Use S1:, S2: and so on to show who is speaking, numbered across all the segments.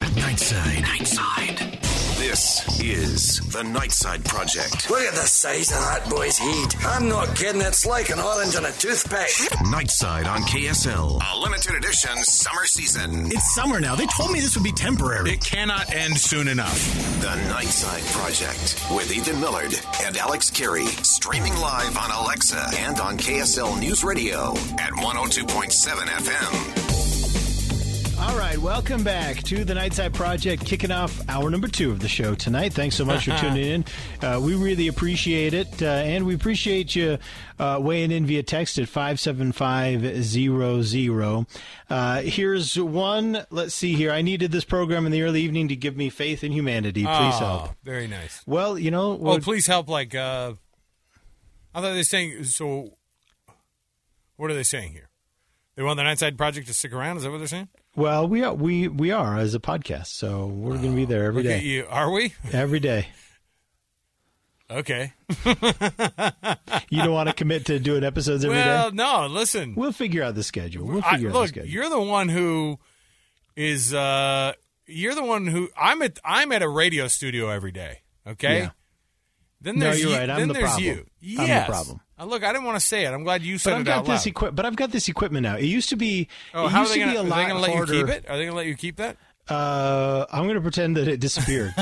S1: Nightside. Nightside. This is the Nightside Project.
S2: Look at the size of that boy's head. I'm not kidding, it's like an orange on a toothpick.
S1: Nightside on KSL.
S3: A limited edition summer season.
S4: It's summer now. They told me this would be temporary.
S5: It cannot end soon enough.
S3: The Nightside Project with Ethan Millard and Alex Carey. Streaming live on Alexa and on KSL News Radio at 102.7 FM.
S6: All right, welcome back to the Nightside Project, kicking off hour number two of the show tonight. Thanks so much for
S7: Uh-huh.
S6: tuning in. Uh, we really appreciate it, uh, and we appreciate you uh, weighing in via text at 57500. Uh, here's one. Let's see here. I needed this program in the early evening to give me faith in humanity. Please
S7: oh,
S6: help.
S7: Very nice.
S6: Well, you know.
S7: Oh, please help. Like, I thought they were saying, so what are they saying here? They want the Nightside Project to stick around? Is that what they're saying?
S6: Well, we are we we are as a podcast, so we're going to be there every day.
S7: Ah. You, are we?
S6: Every day.
S7: Okay.
S6: you don't want to commit to doing episodes every
S7: well,
S6: day?
S7: no. Listen,
S6: we'll figure out the schedule. We'll figure I, out
S7: look,
S6: the schedule.
S7: You're the one who is. uh You're the one who I'm at. I'm at a radio studio every day. Okay.
S6: Yeah.
S7: Then there's
S6: no,
S7: you.
S6: you're right. I'm
S7: then
S6: the
S7: there's
S6: problem.
S7: you.
S6: I'm
S7: Yes.
S6: the problem.
S7: Uh, Look, I didn't want to say it. I'm glad you said
S6: But I've
S7: it
S6: got
S7: out loud.
S6: this equipment. But I've got this equipment now. It used to be.
S7: oh,
S6: it
S7: how are
S6: used
S7: they
S6: to
S7: gonna,
S6: be a
S7: are they
S6: lot
S7: gonna let
S6: harder.
S7: you keep it? Are they gonna let you keep that?
S6: Uh, I'm going to pretend that it disappeared.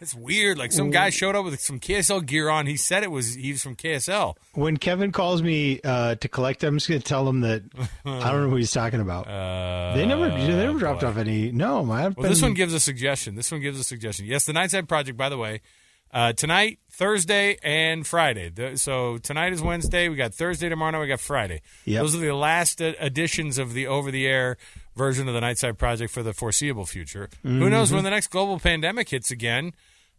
S7: It's weird. Like some guy showed up with some KSL gear on. He said it was he was from KSL.
S6: when Kevin calls me uh, to collect, I'm just going to tell him that I don't know who he's talking about.
S7: Uh,
S6: they never, they never dropped off any. No, my.
S7: Well, this one gives a suggestion. This one gives a suggestion. Yes, the Nightside Project, by the way, uh, tonight, Thursday, and Friday. The- so tonight is Wednesday. We got Thursday tomorrow. Now we got Friday.
S6: Yep.
S7: Those are the last uh, editions of the over the air version of the Nightside Project for the foreseeable future.
S6: Mm-hmm.
S7: Who knows when the next global pandemic hits again?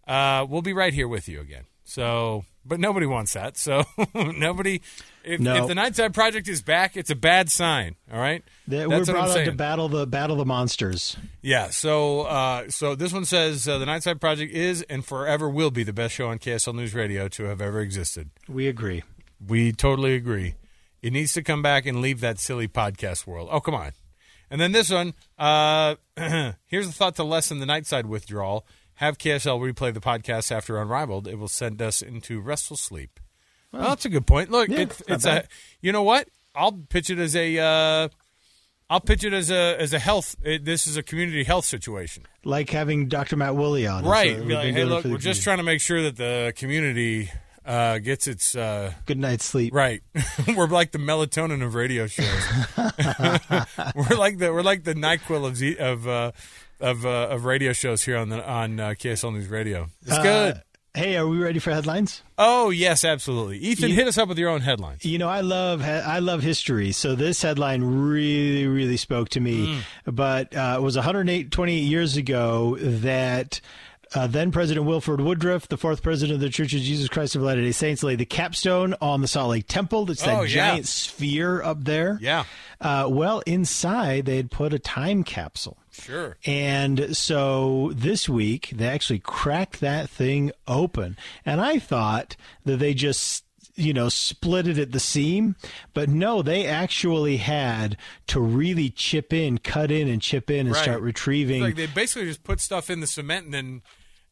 S7: Uh, we'll be right here with you again. So, but nobody wants that. So nobody. If,
S6: No.
S7: if the Nightside Project is back, it's a bad sign. All right.
S6: That we're
S7: That's what I'm
S6: brought out to
S7: saying.
S6: battle the battle the monsters.
S7: Yeah, so uh, so this one says uh, the Nightside Project is and forever will be the best show on KSL News Radio to have ever existed.
S6: We agree.
S7: We totally agree. It needs to come back and leave that silly podcast world. Oh, come on. And then this one, uh, here's a thought to lessen the Nightside withdrawal. Have KSL replay the podcast after Unrivaled. It will send us into restful sleep. Well, that's a good point. Look,
S6: Yeah,
S7: it's
S6: not
S7: it's
S6: bad.
S7: a you know what? I'll pitch it as a uh, I'll pitch it as a as a health. It, this is a community health situation.
S6: Like having Dr. Matt Woolley on. That's
S7: Right.
S6: what we've
S7: Be like,
S6: been
S7: hey,
S6: doing
S7: look,
S6: for
S7: we're
S6: the community.
S7: just trying to make sure that the community uh, gets its. Uh,
S6: Good night's sleep.
S7: right. we're like the melatonin of radio shows. we're like the we're like the Nyquil of Z, of uh, of uh, of radio shows here on the on uh, KSL News Radio. It's good.
S6: Hey, are we ready for headlines?
S7: Oh yes, absolutely. Ethan, hit us up with your own headlines.
S6: You know, I love he- I love history, so this headline really, really spoke to me.
S7: Mm.
S6: But uh, it was 108, 28 years ago that. Uh, then President Wilford Woodruff, the fourth president of the Church of Jesus Christ of Latter Day Saints, laid the capstone on the Salt Lake Temple. That's that
S7: Oh, yeah.
S6: giant sphere up there.
S7: Yeah.
S6: Uh, well, inside they had put a time capsule.
S7: Sure.
S6: And so this week, they actually cracked that thing open. And I thought that they just, you know, split it at the seam. But no, they actually had to really chip in, cut in, and chip in and
S7: Right.
S6: start retrieving.
S7: Like they basically just put stuff in the cement and then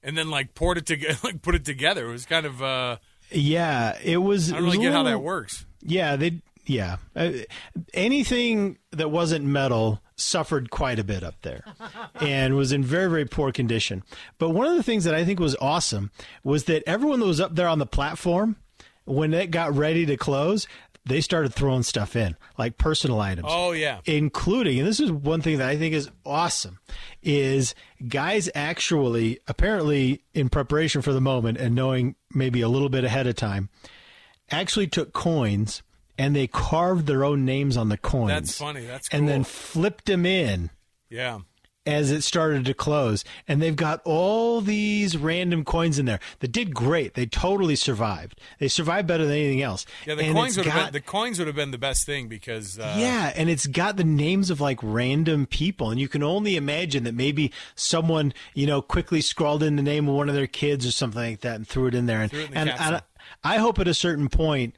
S7: and then like poured it together, like put it together. It was kind of uh,
S6: yeah, it was. it
S7: I don't
S6: was
S7: really
S6: a
S7: get how that
S6: little-
S7: works.
S6: Yeah, they. Yeah, uh, anything that wasn't metal suffered quite a bit up there, and was in very very poor condition. But one of the things that I think was awesome was that everyone that was up there on the platform, when it got ready to close, they started throwing stuff in, like personal items
S7: Oh yeah.
S6: including and this is one thing that i think is awesome is guys actually apparently in preparation for the moment and knowing maybe a little bit ahead of time actually took coins and they carved their own names on the coins
S7: That's funny. That's
S6: and
S7: cool.
S6: then flipped them in
S7: Yeah.
S6: as it started to close. And they've got all these random coins in there that did great. They totally survived. They survived better than anything else.
S7: Yeah, the
S6: And
S7: coins would
S6: it's
S7: have
S6: got-
S7: been the coins would have been the best thing because uh,
S6: yeah, and it's got the names of like random people, and you can only imagine that maybe someone you know quickly scrawled in the name of one of their kids or something like that and threw it in there. And
S7: Threw it in the
S6: and
S7: capsule.
S6: I, I hope at a certain point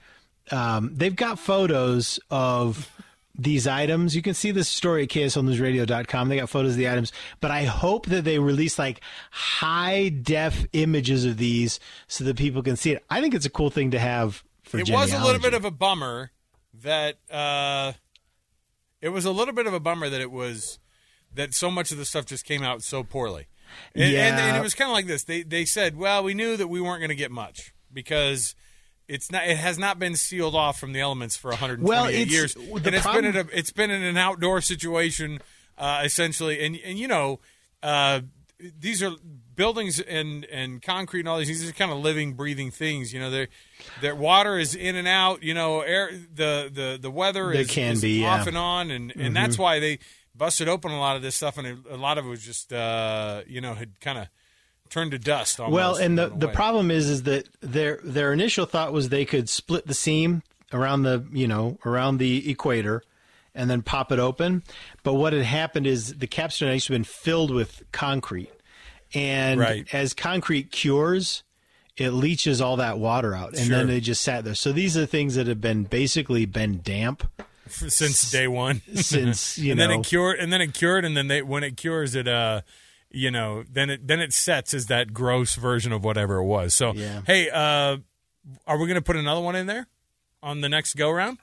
S6: um, they've got photos of these items. You can see this story at kslnewsradio.com. They got photos of the items, but I hope that they release like high def images of these so that people can see it. I think it's a cool thing to have. For
S7: it was a little
S6: genealogy.
S7: bit of a bummer that uh, it was a little bit of a bummer that it was that so much of the stuff just came out so poorly. And, and, and
S6: Yeah.
S7: it was kind of like this. They they said, well, we knew that we weren't going to get much because it's not. It has not been sealed off from the elements for 128
S6: Well, it's-
S7: years,
S6: the
S7: and it's been
S6: problem-
S7: in a, it's been in an outdoor situation uh, essentially. And and you know, uh, these are buildings and and concrete and all these. These are kind of living, breathing things. You know, they their water is in and out. You know, air the the the weather
S6: There
S7: is,
S6: can
S7: is
S6: be, yeah.
S7: off
S6: Mm-hmm.
S7: and on, and and that's why they busted open a lot of this stuff, and a lot of it was just uh, you know had kind of turned to dust. Almost,
S6: Well, and the,
S7: in a
S6: the
S7: way.
S6: problem is is that their their initial thought was they could split the seam around the you know around the equator and then pop it open. But what had happened is the capstone had actually been filled with concrete, and
S7: Right.
S6: as concrete cures, it leaches all that water out, and
S7: Sure.
S6: then they just sat there. So these are things that have been basically been damp
S7: since day one.
S6: since you
S7: and
S6: know
S7: then it cured and then it cured and then they when it cures it uh you know then it then it sets as that gross version of whatever it was so
S6: Yeah.
S7: hey uh are we gonna put another one in there on the next go round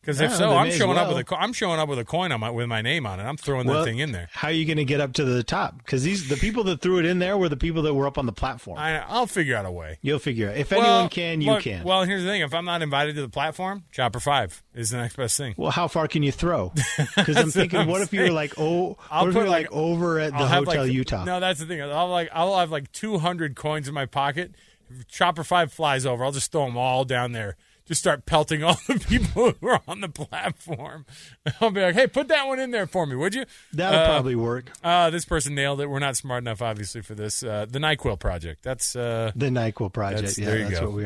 S7: because if
S6: Yeah,
S7: so
S6: they
S7: i'm
S6: may as
S7: showing up
S6: well.
S7: with a co- i'm showing up with a coin on my with my name on it i'm throwing that thing in there
S6: How are you going to get up to the top? Because these the people that threw it in there were the people that were up on the platform.
S7: I, i'll figure out a way
S6: You'll figure out. If
S7: Well,
S6: anyone can, you
S7: look,
S6: can.
S7: well here's the thing if i'm not invited to the platform chopper five is the next best thing
S6: Well, how far can you throw? Because I'm thinking,
S7: I'm
S6: what if you were
S7: saying.
S6: like, oh,
S7: I'll
S6: what if
S7: put,
S6: you were like,
S7: like-
S6: over at the
S7: I'll have,
S6: Hotel
S7: like,
S6: Utah?
S7: No, that's the thing. I'll like I'll have like two hundred coins in my pocket. If Chopper Five flies over. I'll just throw them all down there. Just start pelting all the people who are on the platform. I'll be like, "Hey, put that one in there for me, would you?"
S6: That'll
S7: Uh,
S6: probably work.
S7: Uh, this person nailed it. We're not smart enough, obviously, for this. Uh, the Nyquil project. That's uh,
S6: The NyQuil Project.
S7: that's-
S6: Yeah,
S7: there you
S6: that's
S7: go.
S6: what we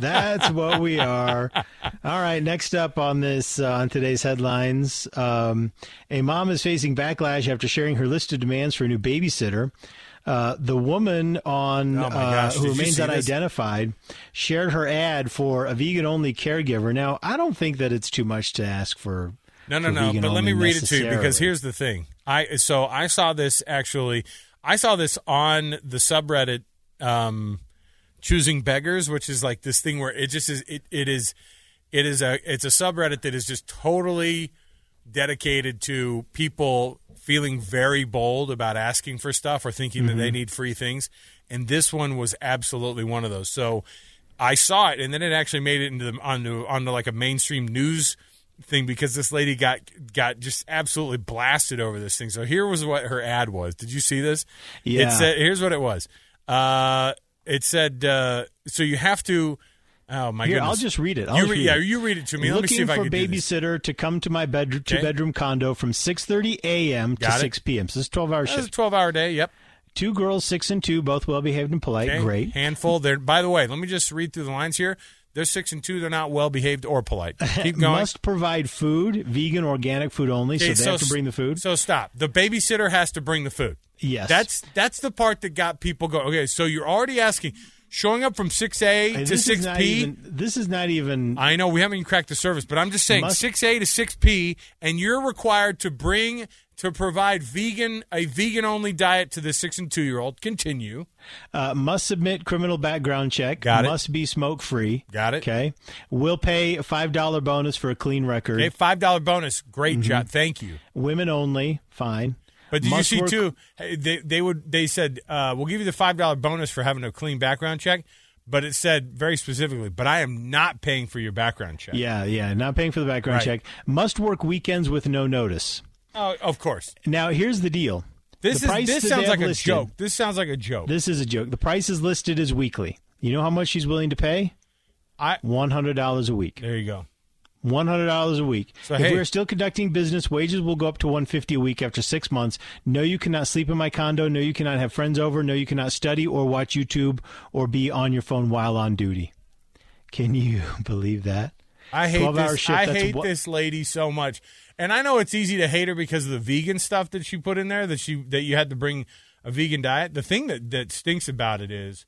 S6: are. that's what we are. All right. Next up on this, uh, on today's headlines, um, a mom is facing backlash after sharing her list of demands for a new babysitter. Uh, the woman on
S7: Oh my gosh,
S6: uh,
S7: did
S6: who
S7: you
S6: remains
S7: see this?
S6: unidentified shared her ad for a vegan-only caregiver. Now, I don't think that it's too much to ask for.
S7: No, no,
S6: for
S7: no. But let
S6: vegan-only
S7: me read it to you because
S6: necessarily.
S7: here's the thing. I so I saw this actually. I saw this on the subreddit um, choosing beggars, which is like this thing where it just is. It, it is. It is a. It's a subreddit that is just totally dedicated to people feeling very bold about asking for stuff or thinking that they need free things. And this one was absolutely one of those. So I saw it, and then it actually made it into the, onto onto like a mainstream news thing because this lady got got just absolutely blasted over this thing. So here was what her ad was. Did you see this?
S6: Yeah.
S7: It said, here's what it was. Uh, it said, uh, so you have to. Oh my
S6: Here,
S7: goodness!
S6: I'll just read it. I'll
S7: you
S6: just read
S7: yeah,
S6: it.
S7: you read it to me.
S6: Looking
S7: Let me see if
S6: for
S7: I can do this.
S6: babysitter to come to my bedroom
S7: Okay.
S6: two bedroom condo from 6:30 a.m. to
S7: Got it.
S6: 6 p.m. So it's 12 hour
S7: That's a
S6: shift.
S7: 12 hour day. Yep.
S6: Two girls, six and two, both well behaved and polite.
S7: Okay.
S6: Great.
S7: Handful. There. By the way, let me just read through the lines here. They're six and two. They're not well behaved or polite. Keep going.
S6: Must provide food, vegan, organic food only.
S7: Okay,
S6: so they have to
S7: s-
S6: bring the food.
S7: So stop. The babysitter has to bring the food.
S6: Yes.
S7: That's that's the part that got people going. Okay, so you're already asking, showing up from six a
S6: And
S7: to
S6: this is
S7: six
S6: not
S7: p.
S6: even- This is not even.
S7: I know we haven't even cracked the service, but I'm just saying
S6: Must-
S7: six a to six p, and you're required to bring to provide vegan a vegan only diet to the six and two year old. Continue.
S6: Uh, must submit criminal background check.
S7: Got it.
S6: Must be smoke free.
S7: Got it.
S6: Okay. Will pay a five dollar bonus for a clean record.
S7: Okay, five dollar bonus. Great
S6: Mm-hmm.
S7: job. Thank you.
S6: Women only. Fine.
S7: But did
S6: Must
S7: you see
S6: work-
S7: too? hey, They they would they said uh, we'll give you the five dollar bonus for having a clean background check, but it said very specifically, but I am not paying for your background check.
S6: Yeah, yeah. Not paying for the background
S7: Right.
S6: check. Must work weekends with no notice.
S7: Oh, of course.
S6: Now, here's the deal.
S7: This
S6: The
S7: is
S6: price
S7: this
S6: that
S7: sounds
S6: they have
S7: like a
S6: listed-
S7: joke. This sounds like a joke.
S6: This is a joke. The price is listed as weekly. You know how much she's willing to pay?
S7: I
S6: One hundred dollars a week.
S7: there you go.
S6: One hundred dollars a week.
S7: So,
S6: if
S7: hey-
S6: we are still conducting business, wages will go up to one fifty a week after six months. No, you cannot sleep in my condo. No, you cannot have friends over. No, you cannot study or watch YouTube or be on your phone while on duty. Can you believe that?
S7: I hate
S6: 12 hour
S7: this.
S6: shift,
S7: I
S6: that's
S7: hate
S6: what-
S7: this lady so much, and I know it's easy to hate her because of the vegan stuff that she put in there. That she that you had to bring a vegan diet. The thing that that stinks about it is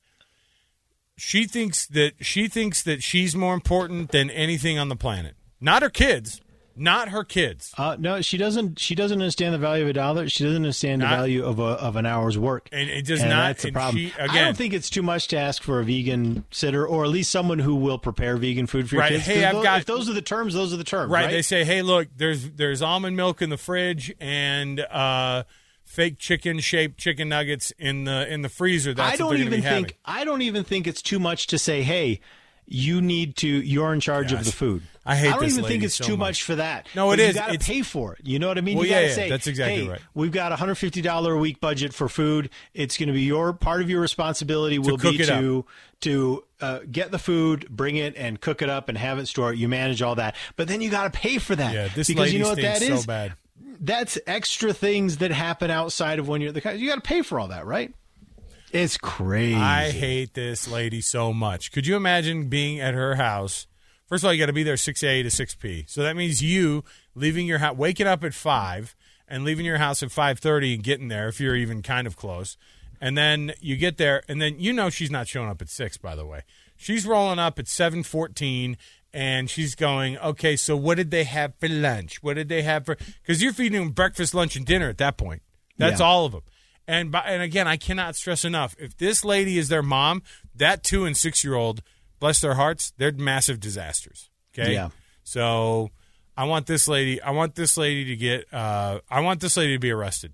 S7: she thinks that she thinks that she's more important than anything on the planet. Not her kids. Not her kids.
S6: Uh, no, she doesn't. She doesn't understand the value of a dollar. She doesn't understand the
S7: Not-
S6: value of a, of an hour's work.
S7: And it does not-
S6: That's the
S7: and
S6: problem.
S7: she-
S6: I
S7: again-
S6: don't think it's too much to ask for a vegan sitter, or at least someone who will prepare vegan food for your
S7: Right.
S6: kids.
S7: Hey,
S6: If
S7: I've
S6: tho-
S7: got-
S6: if those are the terms. Those are the terms.
S7: Right.
S6: Right.
S7: They say, hey, look, there's there's almond milk in the fridge and uh, fake chicken shaped chicken nuggets in the in the freezer. That's
S6: I don't
S7: what they're gonna
S6: even
S7: be having.
S6: think. I don't even think it's too much to say. Hey, you need to. You're in charge
S7: Gosh.
S6: of the food.
S7: I hate
S6: I don't
S7: this
S6: even
S7: lady
S6: think it's
S7: so
S6: too
S7: much.
S6: much for that.
S7: No, it
S6: it is.
S7: is.
S6: You got
S7: It's-
S6: to pay for it. You know what I mean?
S7: Well,
S6: you
S7: yeah,
S6: gotta
S7: yeah,
S6: say,
S7: that's exactly
S6: hey,
S7: right.
S6: We've got a hundred fifty dollar a week budget for food. It's going to be your part of your responsibility. will
S7: cook
S6: be
S7: it up.
S6: to to uh, get the food, bring it, and cook it up, and have it stored. You manage all that, but then you got to pay for that.
S7: Yeah, this
S6: because
S7: lady
S6: you know what
S7: stinks
S6: that is.
S7: so bad.
S6: That's extra things that happen outside of when you're at the. co- You got to pay for all that, right? It's crazy.
S7: I hate this lady so much. Could you imagine being at her house? First of all, you got to be there 6 a to 6 p. So that means you leaving your house, waking up at 5 and leaving your house at 5:30 and getting there if you're even kind of close. And then you get there and then you know she's not showing up at 6 by the way. She's rolling up at 7:14 and she's going, "Okay, so what did they have for lunch? What did they have for cuz you're feeding them breakfast, lunch and dinner at that point. That's
S6: Yeah.
S7: all of them. And by, and again, I cannot stress enough: if this lady is their mom, that two and six year old, bless their hearts, they're massive disasters. Okay.
S6: Yeah.
S7: So I want this lady. I want this lady to get. Uh, I want this lady to be arrested.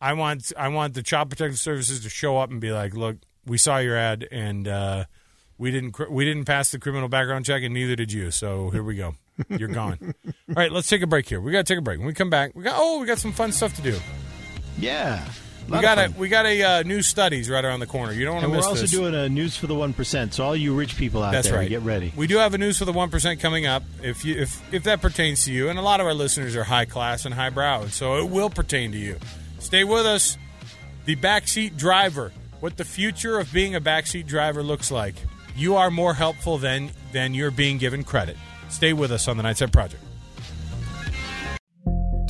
S7: I want. I want the Child Protective Services to show up and be like, "Look, we saw your ad, and uh, we didn't. cr- We didn't pass the criminal background check, and neither did you. So here we go. You're gone. All right, let's take a break here. We got to take a break. When we come back, we got. Oh, we got some fun stuff to do.
S6: Yeah.
S7: We got a we got a uh, new studies right around the corner. You don't want to
S6: And we're
S7: miss
S6: also
S7: this.
S6: doing a news for the one percent. So all you rich people out
S7: That's
S6: there,
S7: right.
S6: get ready.
S7: We do have a news for the one percent coming up. If you if if that pertains to you, and a lot of our listeners are high class and highbrow, and so it will pertain to you. Stay with us. The backseat driver. What the future of being a backseat driver looks like. You are more helpful than than you're being given credit. Stay with us on the Nightside Project.